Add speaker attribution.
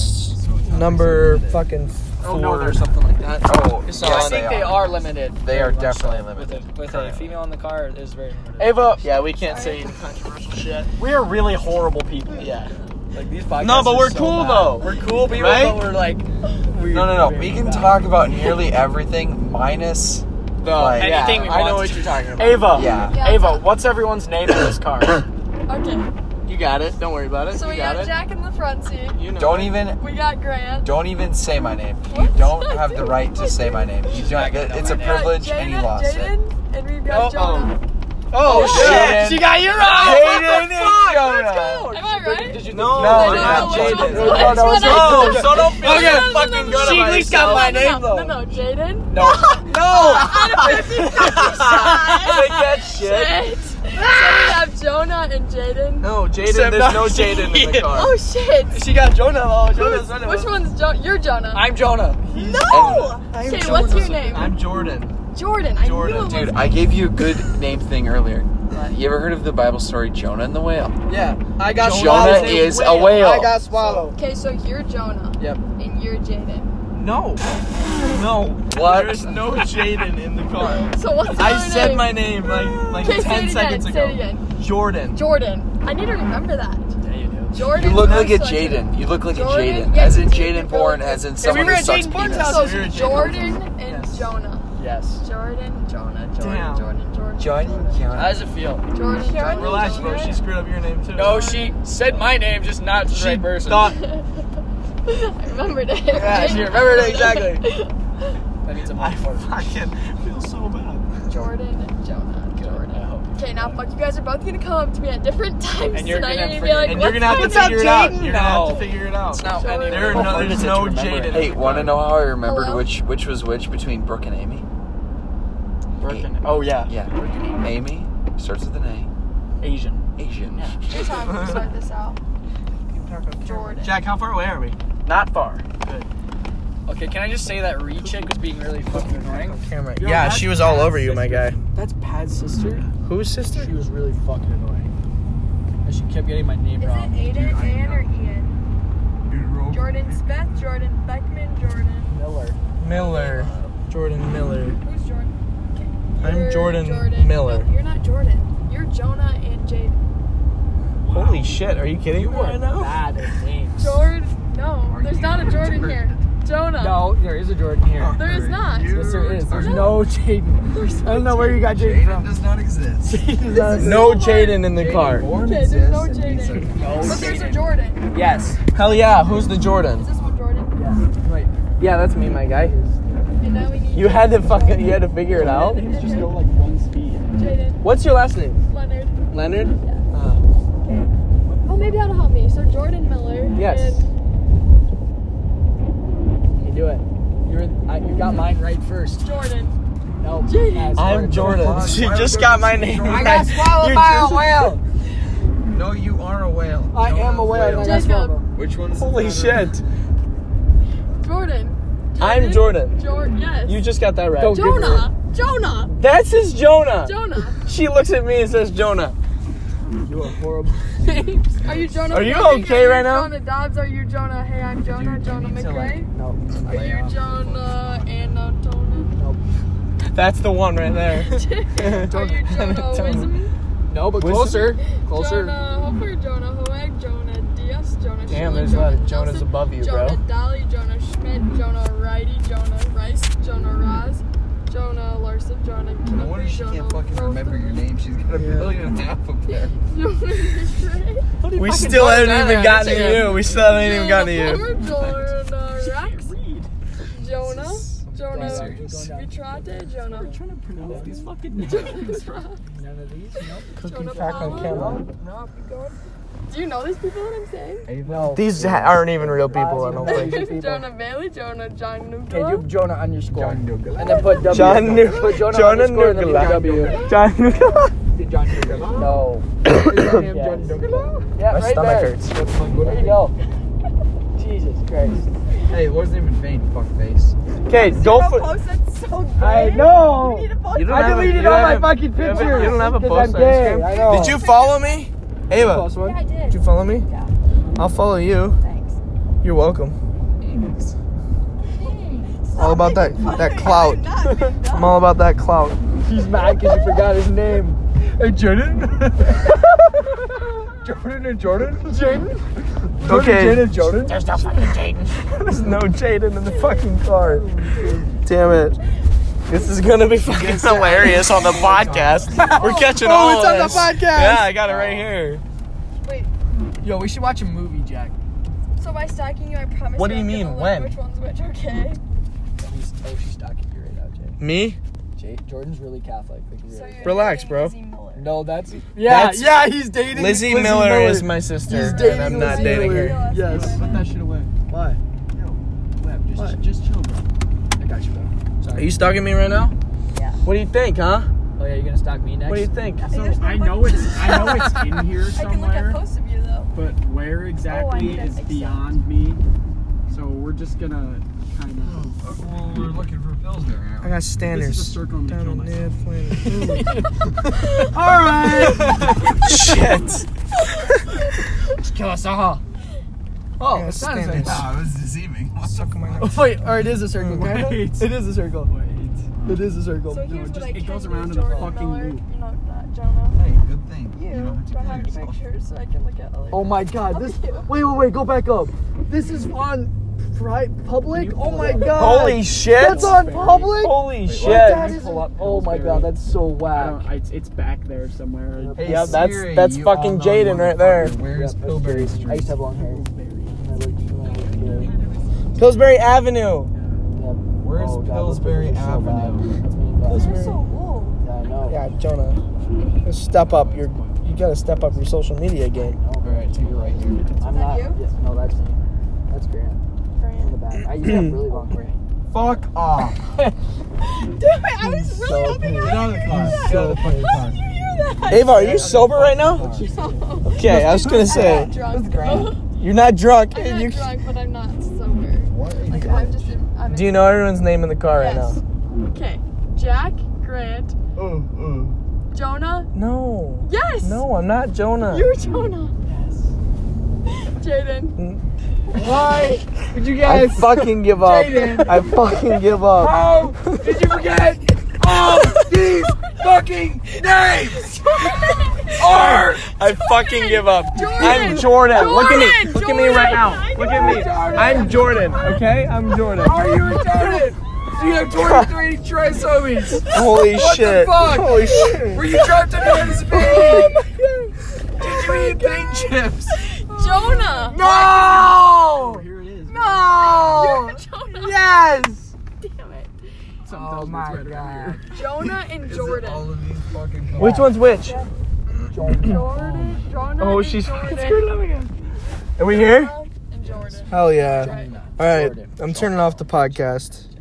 Speaker 1: podcast number fucking four
Speaker 2: Oh, no,
Speaker 1: or
Speaker 2: they're-
Speaker 1: something like that.
Speaker 2: Oh,
Speaker 1: It's
Speaker 2: yeah,
Speaker 1: all-
Speaker 3: I think they are limited.
Speaker 2: They are
Speaker 3: Very much so.
Speaker 2: definitely limited
Speaker 3: With a, with a
Speaker 2: currently.
Speaker 3: female in the car, it is very limited.
Speaker 2: Ava.
Speaker 1: Yeah, we can't say controversial shit.
Speaker 2: We are really horrible people.
Speaker 1: Yeah.
Speaker 3: Like these podcasts.
Speaker 1: No, but
Speaker 3: are
Speaker 1: we're
Speaker 3: so
Speaker 1: cool
Speaker 3: bad.
Speaker 1: though.
Speaker 3: We're cool people,
Speaker 2: Right?
Speaker 3: but we're like. We're,
Speaker 2: No, no, no. We can talk about nearly everything minus like
Speaker 3: Anything we
Speaker 4: I
Speaker 3: want.
Speaker 4: know what you're talking about.
Speaker 1: Ava.
Speaker 2: Yeah.
Speaker 5: Yeah.
Speaker 4: Ava, what's everyone's name in this car?
Speaker 5: Okay.
Speaker 4: You got it. Don't worry about it.
Speaker 5: So
Speaker 4: you
Speaker 5: we got,
Speaker 4: it.
Speaker 5: Jack in the front seat.
Speaker 4: You know.
Speaker 2: Don't
Speaker 4: it.
Speaker 2: even
Speaker 5: We got Grant.
Speaker 2: don't even say my name. You
Speaker 5: What?
Speaker 2: don't have the right to say my name. You don't. It's a
Speaker 5: We got
Speaker 2: privilege, and you
Speaker 5: Jaden-
Speaker 2: lost it.
Speaker 5: Jaden, and we've got
Speaker 4: Oh,
Speaker 5: Jonah.
Speaker 4: Oh,
Speaker 2: Jaden.
Speaker 4: shit! She got you right.
Speaker 2: Hayden and Jonah.
Speaker 5: Am I right?
Speaker 4: Did you
Speaker 2: No,
Speaker 5: I
Speaker 3: Oh,
Speaker 2: no,
Speaker 5: don't
Speaker 2: not
Speaker 5: know what
Speaker 2: Jaden.
Speaker 5: it was.
Speaker 2: No, no, it's
Speaker 5: Oh,
Speaker 2: Jaden.
Speaker 4: so don't feel
Speaker 2: Okay.
Speaker 5: so fucking good
Speaker 4: She at least got my
Speaker 5: no,
Speaker 4: name
Speaker 5: no,
Speaker 4: though.
Speaker 5: No, no, Jaden.
Speaker 2: No, no. Take that shit.
Speaker 5: Shit. so we have Jonah and Jaden.
Speaker 4: No, Jaden.
Speaker 2: Except
Speaker 4: There's no
Speaker 2: not
Speaker 4: Jaden in the
Speaker 2: Jaden.
Speaker 4: car.
Speaker 5: Oh shit.
Speaker 3: She got Jonah. Oh, Jonah's Jonah.
Speaker 5: Which one's Jonah? You're Jonah.
Speaker 3: I'm Jonah.
Speaker 5: no. Okay, what's your name?
Speaker 4: I'm Jordan.
Speaker 5: Jordan. I knew it
Speaker 4: Jordan,
Speaker 5: was
Speaker 6: Dude, I gave you a good name thing earlier. You ever heard of the Bible story Jonah and the whale?
Speaker 3: Yeah.
Speaker 1: I got
Speaker 6: Jonah is a whale.
Speaker 1: I got swallowed.
Speaker 5: Okay, so you're Jonah.
Speaker 1: Yep.
Speaker 5: And you're Jaden.
Speaker 4: No. No.
Speaker 6: What?
Speaker 4: There's no Jaden in the car.
Speaker 5: So what's your
Speaker 4: I
Speaker 5: name?
Speaker 4: said my name like like
Speaker 5: Okay, say it
Speaker 4: ten
Speaker 5: again.
Speaker 4: seconds
Speaker 5: say
Speaker 4: ago.
Speaker 5: it again.
Speaker 4: Jordan.
Speaker 5: Jordan. I need to remember that.
Speaker 3: Yeah, you do.
Speaker 5: Jordan.
Speaker 6: You look like a
Speaker 5: sounds
Speaker 6: Jaden. You look like a
Speaker 5: Jordan,
Speaker 6: Jaden.
Speaker 5: yeah,
Speaker 6: As in
Speaker 5: you do.
Speaker 6: Jaden Bourne, as in
Speaker 3: we
Speaker 6: someone
Speaker 3: were
Speaker 6: who
Speaker 3: at
Speaker 6: sucks
Speaker 3: Jaden Bourne's
Speaker 6: penis.
Speaker 3: house.
Speaker 5: So
Speaker 4: You're a Jaden.
Speaker 5: Jordan and
Speaker 3: Yes.
Speaker 5: Jonah.
Speaker 3: Yes.
Speaker 5: Jordan, Jonah, Jordan,
Speaker 4: Damn.
Speaker 5: Jordan, Jordan,
Speaker 2: Jordan,
Speaker 5: Jordan,
Speaker 3: How
Speaker 2: Jonah.
Speaker 3: does it feel?
Speaker 5: Jordan, Jordan,
Speaker 4: Relax,
Speaker 5: Jordan.
Speaker 4: bro. She screwed up your name too.
Speaker 3: No, she said my name, just not to the
Speaker 4: She
Speaker 3: right person.
Speaker 4: thought.
Speaker 5: I remembered it.
Speaker 3: Yeah, she remembered it exactly. that means I'm
Speaker 4: I
Speaker 3: on board.
Speaker 4: fucking feel so bad.
Speaker 5: Jordan, Jonah,
Speaker 3: Jordan. I
Speaker 5: Jordan.
Speaker 3: hope.
Speaker 5: Okay, now fuck, you guys are both gonna come up to me at different times
Speaker 3: And you're
Speaker 5: tonight
Speaker 3: gonna
Speaker 5: and be like,
Speaker 3: forget-
Speaker 4: And
Speaker 5: what's
Speaker 4: you're gonna have to
Speaker 5: my
Speaker 3: What's my
Speaker 4: figure it
Speaker 3: name?
Speaker 4: out. You're gonna have
Speaker 3: No.
Speaker 4: to figure it out.
Speaker 3: It's not
Speaker 5: Jordan.
Speaker 3: any
Speaker 4: There are no,
Speaker 6: Hard is
Speaker 4: there's
Speaker 6: it to
Speaker 4: no
Speaker 6: remember.
Speaker 4: Jaden.
Speaker 6: Hey, want to know how I remembered
Speaker 5: Hello?
Speaker 6: which which was which between Brooke and Amy?
Speaker 4: Brooklyn. Oh yeah.
Speaker 6: Yeah. Amy starts with an A.
Speaker 4: Asian.
Speaker 6: Asian.
Speaker 5: name? Your time to start this out. Jordan.
Speaker 4: Jack, how far away are we? Not far. Good.
Speaker 3: Okay, can I just say that Reed chick was being really fucking annoying?
Speaker 1: Camera.
Speaker 4: Yo,
Speaker 1: Yeah,
Speaker 4: that's-
Speaker 1: she was all over you, my guy.
Speaker 4: That's Pad's sister.
Speaker 1: Whose sister?
Speaker 3: She was really fucking annoying. And she kept getting my name wrong.
Speaker 5: Aiden, Ann, or Ian? Jordan Smith, Jordan Beckman, Jordan.
Speaker 3: Miller.
Speaker 1: Miller. Jordan Miller.
Speaker 5: Who's Jordan? Okay.
Speaker 1: I'm
Speaker 5: You're
Speaker 1: Jordan Miller.
Speaker 5: No, you're not Jordan. You're Jonah and Jaden.
Speaker 1: Holy shit! Are you kidding
Speaker 3: You
Speaker 1: me
Speaker 3: were
Speaker 1: right now?
Speaker 3: bad at names.
Speaker 5: Jordan. No, there's not a Jordan here. Jonah.
Speaker 3: No, there is a Jordan here.
Speaker 5: There is not.
Speaker 3: Yes, there is. There's
Speaker 5: No.
Speaker 3: Oh, no Jaden.
Speaker 5: There's
Speaker 3: I don't know
Speaker 5: no
Speaker 3: where you got Jaden from.
Speaker 2: does not exist.
Speaker 1: No Jaden in the car.
Speaker 5: Jaden. Okay, there's no Jaden.
Speaker 3: No
Speaker 5: But there's a
Speaker 3: Jaden.
Speaker 5: Jordan.
Speaker 3: Yes.
Speaker 1: Hell yeah! Who's the Jordan?
Speaker 5: Is this one Jordan?
Speaker 3: Right.
Speaker 1: Yeah, that's me, my guy.
Speaker 5: And now we need
Speaker 1: You had to fucking you had to figure it out.
Speaker 5: just go
Speaker 3: like one speed.
Speaker 5: Jaden,
Speaker 1: What's your last name?
Speaker 5: Leonard.
Speaker 1: Leonard. Uh.
Speaker 5: Oh, maybe that'll help me. So Jordan Miller.
Speaker 1: Yes.
Speaker 5: And
Speaker 3: You do it. You were, I, you got mine right first.
Speaker 5: Jordan.
Speaker 3: No.
Speaker 5: Jaden.
Speaker 1: I'm Jordan. She just got my name.
Speaker 3: I got swallowed
Speaker 1: You're
Speaker 3: by
Speaker 1: just-
Speaker 3: a whale.
Speaker 2: No, you are a whale.
Speaker 3: I am a whale. and I got
Speaker 5: Jacob.
Speaker 3: swallowed.
Speaker 2: Which one is
Speaker 1: Holy shit!
Speaker 5: Jordan.
Speaker 1: I'm Jordan.
Speaker 5: Jordan. Yes.
Speaker 1: You just got that right.
Speaker 3: Go get
Speaker 5: Jonah. Jonah.
Speaker 1: That's his Jonah.
Speaker 5: Jonah.
Speaker 1: She looks at me and says Jonah.
Speaker 3: You are horrible.
Speaker 5: Are you Jonah?
Speaker 1: Are you
Speaker 5: Fleming?
Speaker 1: okay
Speaker 5: Are you
Speaker 1: right now?
Speaker 5: Jonah Dobbs. Are you Jonah? Hey, I'm Jonah. Jonah McRae.
Speaker 3: No.
Speaker 5: Are you Jonah Anatona?
Speaker 1: That's the one right there.
Speaker 5: Are you Jonah Wism?
Speaker 3: No, but
Speaker 1: Wisdom-
Speaker 3: closer. Closer.
Speaker 5: Jonah Hopper, Jonah Hoag, Jonah Diaz, Jonah
Speaker 1: Damn,
Speaker 5: Schilling,
Speaker 1: there's a lot of Jonas
Speaker 5: Nelson,
Speaker 1: above you, bro.
Speaker 5: Jonah Dolly, Jonah Schmidt, Jonah Righty, Jonah Rice, Jonah Roz, Jonah Larson, Jonah Kennedy,
Speaker 2: No wonder she
Speaker 5: Jonah
Speaker 2: can't fucking
Speaker 5: Rother,
Speaker 2: remember your name. She's got a million and a half up there.
Speaker 5: Jonah McRae,
Speaker 1: We still haven't even gotten to you. We still haven't even
Speaker 5: Jonah
Speaker 1: gotten to you.
Speaker 5: Plummer, Jonah Rex, Jonah, Jonah
Speaker 2: serious.
Speaker 5: Vitrate, Jonah,
Speaker 3: trying to pronounce these fucking names. None of these. Nope.
Speaker 5: Jonah Palmer. Do you know these people that I'm saying?
Speaker 1: These ha- aren't even real people. I don't think.
Speaker 5: Jonah Bailey, Jonah John Newton.
Speaker 3: Okay, do Jonah underscore.
Speaker 2: John Newgala.
Speaker 3: And then put W.
Speaker 1: John New-
Speaker 3: Put Jonah
Speaker 1: Jonah
Speaker 3: underscore and then put
Speaker 1: Nugala.
Speaker 3: W.
Speaker 1: John.
Speaker 3: John Nugala. No. Yes. Yeah,
Speaker 1: My
Speaker 3: right
Speaker 1: stomach
Speaker 3: there.
Speaker 1: hurts.
Speaker 3: There you go. Jesus Christ.
Speaker 2: Hey, it wasn't even vain. Fuck face.
Speaker 1: Okay, go for.
Speaker 5: That's so good.
Speaker 3: I know.
Speaker 1: You don't
Speaker 3: I
Speaker 1: have a-
Speaker 3: deleted
Speaker 1: you don't
Speaker 3: all my
Speaker 1: have a-
Speaker 3: fucking
Speaker 1: you don't have a-
Speaker 3: pictures.
Speaker 1: You don't have a
Speaker 3: because
Speaker 1: post
Speaker 3: I'm
Speaker 1: on
Speaker 3: gay.
Speaker 1: Instagram.
Speaker 3: I know.
Speaker 1: Did you follow me, Ava?
Speaker 3: Close one.
Speaker 5: I did.
Speaker 1: Did you follow me?
Speaker 5: Yeah.
Speaker 1: I'll follow you.
Speaker 5: Thanks.
Speaker 1: You You're welcome.
Speaker 7: Thanks.
Speaker 1: All about that that clout. I'm all about that clout.
Speaker 4: He's mad because you forgot his name. Hey, Jordan. Jordan and Jordan. Jaden.
Speaker 1: Okay.
Speaker 4: Jaden. Jordan. There's no fucking Jaden.
Speaker 1: There's no Jaden in the fucking car. Damn it. This is gonna be fucking hilarious on the podcast. We're catching all
Speaker 4: Oh, it's on the
Speaker 1: this.
Speaker 4: podcast.
Speaker 1: Yeah, I got it right here.
Speaker 5: Wait,
Speaker 4: Yo, we should watch a movie, Jack.
Speaker 5: so by stalking you, I promise.
Speaker 1: What do
Speaker 5: you
Speaker 1: you
Speaker 5: I'm
Speaker 1: mean,
Speaker 5: gonna look
Speaker 1: when?
Speaker 5: Which one's which? Okay.
Speaker 4: He's, oh, she's stalking you right now, Jake.
Speaker 1: Me?
Speaker 4: Jay, Jordan's really Catholic. Like, he's
Speaker 5: So
Speaker 4: really-
Speaker 5: you're
Speaker 1: Relax,
Speaker 5: dating
Speaker 1: bro.
Speaker 5: Lizzie Miller.
Speaker 4: no, that's yeah,
Speaker 1: That's-
Speaker 4: yeah. He's dating
Speaker 1: Lizzie, Miller, is my sister,
Speaker 4: He's
Speaker 1: and
Speaker 4: dating
Speaker 1: I'm not
Speaker 4: Lizzie
Speaker 1: dating
Speaker 4: Miller.
Speaker 1: her.
Speaker 4: Yes.
Speaker 5: Put
Speaker 4: that shit away. Why? No, Web, just just chill, bro. I got you, bro.
Speaker 1: Are you stalking me right now?
Speaker 5: Yeah.
Speaker 1: What do you think, huh?
Speaker 3: Oh yeah, you're gonna stalk me next.
Speaker 1: What do you think?
Speaker 5: I, think there's no
Speaker 8: I know
Speaker 5: fucking-
Speaker 8: it's I know it's in here
Speaker 5: I can look at
Speaker 8: somewhere,
Speaker 5: posts of you though. Oh,
Speaker 8: but where exactly
Speaker 5: did
Speaker 8: is
Speaker 5: accept.
Speaker 8: beyond me. So we're just gonna kind of.
Speaker 2: Well, we're looking for pills there.
Speaker 1: I got
Speaker 8: This is a
Speaker 1: standards.
Speaker 8: circle I'm gonna
Speaker 1: Down
Speaker 8: kill
Speaker 1: on
Speaker 8: myself.
Speaker 1: Ned Planet.
Speaker 8: All right.
Speaker 1: Shit.
Speaker 4: Kill us all. Oh,
Speaker 1: Yeah,
Speaker 4: it's not a
Speaker 1: stand
Speaker 4: circle.
Speaker 1: it.
Speaker 2: it was deceiving.
Speaker 1: Suck on my
Speaker 4: Oh, wait, or it is a circle.
Speaker 1: Wait.
Speaker 4: kinda. It is a circle.
Speaker 8: Wait.
Speaker 4: It is a circle.
Speaker 5: So oh here's
Speaker 8: just-
Speaker 5: what I
Speaker 8: it
Speaker 5: can
Speaker 8: goes
Speaker 5: do,
Speaker 8: around in a
Speaker 5: Jordan
Speaker 8: fucking
Speaker 5: Miller.
Speaker 8: loop.
Speaker 5: You know, not Jonah.
Speaker 2: Hey, good thing.
Speaker 5: You
Speaker 2: don't have to
Speaker 5: don't
Speaker 2: kill
Speaker 5: have
Speaker 2: yourself.
Speaker 5: pictures, so I can look at other.
Speaker 4: Oh my god, this. Wait, wait, wait, go back up. This is on pri- public? Oh my god.
Speaker 1: Holy shit.
Speaker 4: That's on public?
Speaker 1: Holy
Speaker 4: What? That
Speaker 1: shit.
Speaker 4: is- oh my god, that's so
Speaker 8: I
Speaker 4: whack.
Speaker 8: don't, I, it's- it's back there somewhere.
Speaker 4: Hey,
Speaker 1: Yeah, that's-
Speaker 2: Siri,
Speaker 1: that's
Speaker 2: you
Speaker 1: fucking
Speaker 2: all know
Speaker 1: Jaden right there.
Speaker 2: motherfucker. Where's
Speaker 4: Yeah, that's
Speaker 2: Pillsbury
Speaker 4: true. I
Speaker 2: Street?
Speaker 4: used to have long hair. And I looked- and
Speaker 1: Pillsbury Avenue.
Speaker 4: I looked- yeah.
Speaker 2: Where's
Speaker 4: Oh, God, those
Speaker 2: Pillsbury
Speaker 4: pictures are so bad.
Speaker 2: Avenue?
Speaker 4: That's mean, but-
Speaker 1: Pillsbury-
Speaker 5: You're so old.
Speaker 4: Yeah, I know.
Speaker 1: Yeah, Jonah. Step up your you gotta step up your social media game.
Speaker 4: No,
Speaker 2: All right, take it right here.
Speaker 4: I'm
Speaker 5: Is
Speaker 4: not.
Speaker 5: that you?
Speaker 4: Yes, no, that's me. That's Grant. In the
Speaker 5: Grant.
Speaker 4: back. I used to have really long hair.
Speaker 2: Fuck off.
Speaker 5: Damn it! I was really
Speaker 1: So
Speaker 5: hoping
Speaker 1: cute.
Speaker 5: I
Speaker 2: out of the car. Get out of the fucking
Speaker 5: How
Speaker 2: car.
Speaker 5: did you hear that?
Speaker 1: Ava, are you sober right now?
Speaker 5: No.
Speaker 1: Okay, I was gonna say
Speaker 5: I'm not drunk.
Speaker 1: you're not drunk.
Speaker 5: I'm
Speaker 1: You-
Speaker 5: not drunk, but I'm not sober. Like I'm just. In, I'm
Speaker 1: Do you know everyone's name in the car right
Speaker 5: now? Okay. Jack, Grant,
Speaker 8: Oh,
Speaker 5: Jonah.
Speaker 1: now? No.
Speaker 5: Yes.
Speaker 1: No, I'm not Jonah.
Speaker 5: You're Jonah. Yes. Jaden.
Speaker 4: Why did you
Speaker 1: I
Speaker 4: guys?
Speaker 1: fucking give up.
Speaker 4: Jaden.
Speaker 1: I fucking give up.
Speaker 4: How did you forget all these fucking names?
Speaker 1: Art. I Oh, fucking give up.
Speaker 5: Jordan.
Speaker 1: I'm Jordan. Look at me.
Speaker 5: Jordan.
Speaker 1: Look at me right
Speaker 5: Jordan.
Speaker 1: now. Look at me. I'm Jordan. Okay, I'm Jordan.
Speaker 4: Are you retarded? Do you have 23 trisomies?
Speaker 1: Holy shit.
Speaker 4: fuck?
Speaker 1: Holy shit.
Speaker 4: Were you dropped in high speed? Did you eat bean chips?
Speaker 5: Jonah.
Speaker 4: No!
Speaker 8: Here it is.
Speaker 4: No!
Speaker 5: Jonah.
Speaker 4: Yes!
Speaker 5: Damn it.
Speaker 8: Sometimes
Speaker 3: Oh
Speaker 8: it's right around here.
Speaker 5: Jonah and Jordan.
Speaker 2: of these fucking cars.
Speaker 1: Which one's which?
Speaker 5: Jordan. Jonah.
Speaker 1: Oh,
Speaker 5: and
Speaker 1: she's
Speaker 5: Jordan.
Speaker 1: fucking screwed up again. Are we here?
Speaker 5: And Jordan.
Speaker 1: Hell yeah.
Speaker 5: Right.
Speaker 1: All right, I'm turning off the podcast.